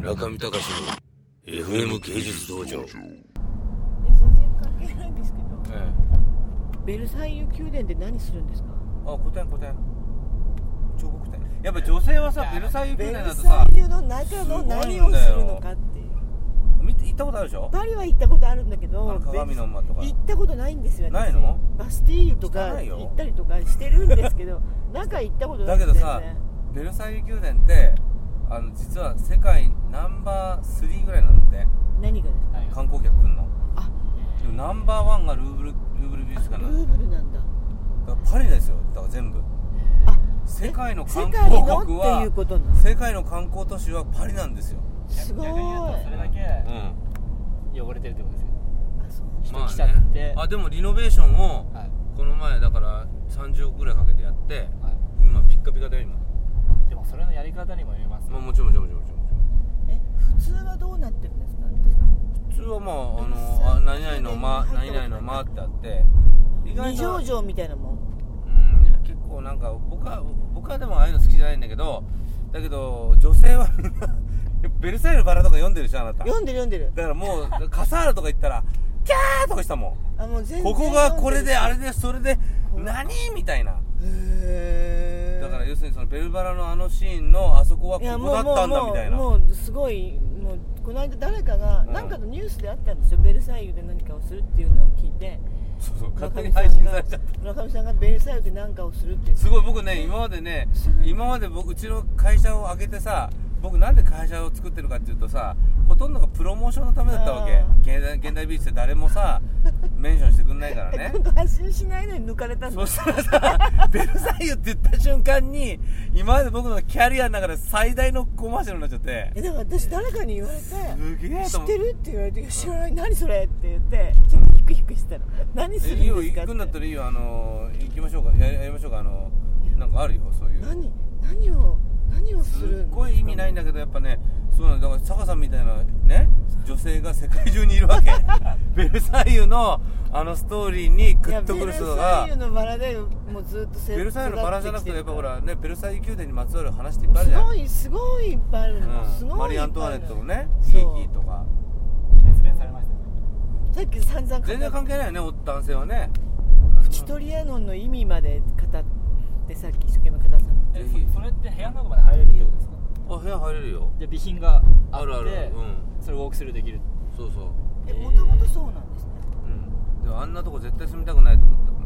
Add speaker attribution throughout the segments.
Speaker 1: 中見隆の FM 芸術道場
Speaker 2: いや全然関係ないんですけど
Speaker 3: ええ
Speaker 2: ベルサイユ宮殿で何するんですか
Speaker 3: あ古典古典彫刻展やっぱ女性はさベルサイユ宮
Speaker 2: ベ
Speaker 3: 殿
Speaker 2: ル
Speaker 3: だとさ
Speaker 2: サイユの中の何をするのかっていう
Speaker 3: 見て行ったことあるでしょ
Speaker 2: パリは行ったことあるんだけ
Speaker 3: あ
Speaker 2: ど
Speaker 3: の鏡の間とか
Speaker 2: 行ったことないんですよ私
Speaker 3: ないの
Speaker 2: バスティーユとか
Speaker 3: 汚いよ
Speaker 2: 行ったりとかしてるんです けど中行ったことな
Speaker 3: だ
Speaker 2: いん
Speaker 3: け
Speaker 2: で
Speaker 3: ど
Speaker 2: す
Speaker 3: さ
Speaker 2: よね
Speaker 3: ベルサイユ宮殿ってあの実は世界ナンバー3ぐらいなんで
Speaker 2: 何がですか
Speaker 3: 観光客来んの
Speaker 2: あ
Speaker 3: でもナンバーワンがルーブルルーブル美術館
Speaker 2: ル
Speaker 3: なんだ
Speaker 2: ーブルなんだ
Speaker 3: だからパリですよだから全部
Speaker 2: あ
Speaker 3: 世界の
Speaker 2: え
Speaker 3: 観
Speaker 2: 世界
Speaker 3: 光
Speaker 2: の
Speaker 3: 国
Speaker 2: っていう
Speaker 3: は
Speaker 2: ことなん
Speaker 3: 世界の観光都市はパリなんですよ
Speaker 2: すごい
Speaker 4: 逆に言うとそれだけ
Speaker 3: ん
Speaker 4: 汚れてるってことですよ
Speaker 2: あそう
Speaker 4: 人来ちゃって、
Speaker 1: あでもリノベーションを
Speaker 4: はい
Speaker 1: この前だから30億ぐらいかけてやって
Speaker 4: は
Speaker 1: 今ピッカピカだよ今、
Speaker 4: い、でもそれのやり方にもよりますね
Speaker 1: まあ、もちろんもちろんもちろんもち
Speaker 2: え普通はどうなってるんですか
Speaker 1: ろん普通はまああのあ何々の間何
Speaker 2: 入ったことない
Speaker 3: 何々の間ってあって意外
Speaker 2: 二
Speaker 3: と
Speaker 2: 条城みたいなもん
Speaker 3: うんいや結構なんか僕は僕はでもああいうの好きじゃないんだけどだけど女性はみんな ベルサイユのバラとか読んでるでしょあなただ
Speaker 2: 読んでる読んでる
Speaker 3: からもうカサールとか行ったらキャーとかしたもん
Speaker 2: あもう全然
Speaker 3: ここがこれであ
Speaker 2: れ
Speaker 3: れでそれで何みたいな
Speaker 2: へえ
Speaker 3: だから要するにそのベルバラのあのシーンのあそこはこ
Speaker 2: いや
Speaker 3: こ
Speaker 2: も
Speaker 3: だ
Speaker 2: うも
Speaker 3: った
Speaker 2: うん
Speaker 3: だみ
Speaker 2: も
Speaker 3: たいうな
Speaker 2: もうすごいもうこの間誰かが
Speaker 3: うん
Speaker 2: なんかのニュースであったんですよ、ベルサイユで何かをするっていうのを聞いて
Speaker 3: そうそう
Speaker 2: 村
Speaker 3: 勝手
Speaker 2: 上
Speaker 3: に
Speaker 2: さ
Speaker 3: 配
Speaker 2: ん
Speaker 3: 信されちゃ
Speaker 2: が
Speaker 3: った
Speaker 2: 村上さんがベルサイユで何かをするって
Speaker 3: すごい僕ね今までね今まで僕うちの会社を挙げてさ僕なんで会社を作ってるかっていうとさほとんどがプロモーションのためだったわ
Speaker 2: あ
Speaker 3: け現代現代美術って誰もさメンションしてくんないから ね
Speaker 2: なんか発信しないのに抜かれたん
Speaker 3: そ
Speaker 2: です
Speaker 3: したらさベルサイユって言った瞬間に今まで僕のキャリアの中で最大のコマーシャルになっちゃって
Speaker 2: えだから私誰かに言われて
Speaker 3: すげえ
Speaker 2: 知
Speaker 3: と
Speaker 2: っ
Speaker 3: 思
Speaker 2: て
Speaker 3: て
Speaker 2: るって言われていや知らない何それって言ってちょっとヒクヒクしたら何するん
Speaker 3: いいよ
Speaker 2: ですか
Speaker 3: 行
Speaker 2: って
Speaker 3: くんだったらいいよあの行きましょうかややりましょうかあのなんかあるよそういう
Speaker 2: 何何を何をす
Speaker 3: す
Speaker 2: るんです
Speaker 3: っ
Speaker 2: か
Speaker 3: ごい意味ないんだけどやっぱねそうなんだだから坂さんみたいなね女性が世界中にいる わけベルサイユのあのストーリーにグッとくる人が
Speaker 2: いやベルサイユのバラでもうずっと
Speaker 3: ベルサイユのバラじゃなくてやっぱほ
Speaker 2: ら
Speaker 3: らねベルサイユ宮殿にまつわる話っていっぱいあるじゃ
Speaker 2: す
Speaker 3: ん
Speaker 2: ごいすごいいっぱいあるの、す
Speaker 3: う
Speaker 2: ごい
Speaker 3: んマリー・アントワネットのね「
Speaker 2: そう
Speaker 3: いいいい」とか
Speaker 4: 熱弁されましたね
Speaker 2: さっき散々語っ
Speaker 3: 全然関係ないよねお男性はね
Speaker 2: プチトリアノンの意味まで語ってさっき一生懸命語ってたの
Speaker 3: ぜ
Speaker 4: え
Speaker 3: ひ
Speaker 4: そそれって部屋の中まで入れるってことですか
Speaker 1: ろんあ部屋入れるよ
Speaker 4: で備品があって
Speaker 1: あるあるうん
Speaker 4: それウォークスルーできる
Speaker 1: そうそう
Speaker 2: えもともとそうなんですね
Speaker 3: うんでもあんなとこ絶対住みたくないと思ったも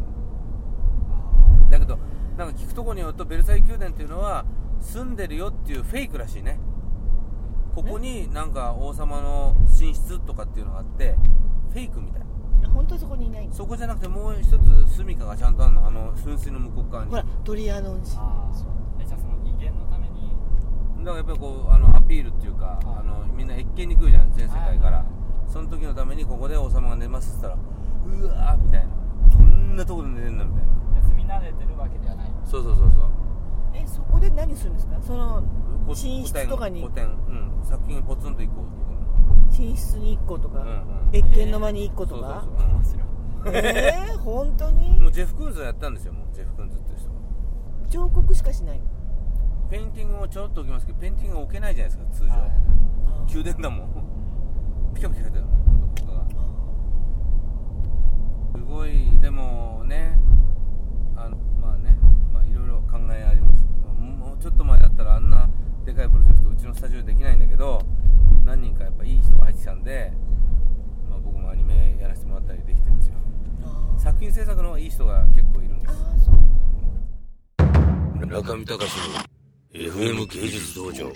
Speaker 3: んだけどなんか聞くとこによるとベルサイユ宮殿っていうのは住んでるよっていうフェイクらしいねここになんか王様の寝室とかっていうのがあってフェイクみたい
Speaker 2: あ本当はそこにいないんです
Speaker 3: そこじゃなくてもう一つ住みかがちゃんとあるのあの噴水の向こう側に
Speaker 2: ほ
Speaker 3: だ
Speaker 2: ら
Speaker 3: か
Speaker 2: トリアノン人
Speaker 4: ああそうえじゃあその威厳のために
Speaker 3: らやっぱりこうあのアピールっていうかあのみんな越見に来るじゃん全世界か
Speaker 4: は
Speaker 3: らその時のためにここで王様が寝ますって言ったらうわーみたいなこんなとこで寝てんだみたいな
Speaker 4: で住み慣れてるわけではない
Speaker 1: そうそうそうそう
Speaker 2: えそこで何するんですかその
Speaker 3: こ
Speaker 2: 寝室とかに
Speaker 3: 古典古典うん作品にポツンと行こうっていう
Speaker 2: 寝室に1個とか、
Speaker 3: うんうん
Speaker 2: 別件の間に1個とか、
Speaker 3: そうそうそう
Speaker 4: 白い
Speaker 2: えー、本当
Speaker 3: うんも
Speaker 2: に
Speaker 3: うジェフ・クーンズがやったんですよもうジェフ・クーンズっていう人が
Speaker 2: 彫刻しかしないの
Speaker 3: ペインティングもちょろっと置きますけどペインティングは置けないじゃないですか通常、宮殿だもんピカピカしてるもん男がすごいでもねあのまあねまあいろいろ考えありますもうちょっと前だったらあんなでかいプロジェクトうちのスタジオでできないんだけど何人かやっぱいい人が入ってきたんで、まあ、僕もアニメやらせてもらったりできてるんですよ
Speaker 2: あー
Speaker 3: 作品制作の方がいい人が結構いるんです
Speaker 2: あーそう
Speaker 1: 中見隆の FM 芸術道場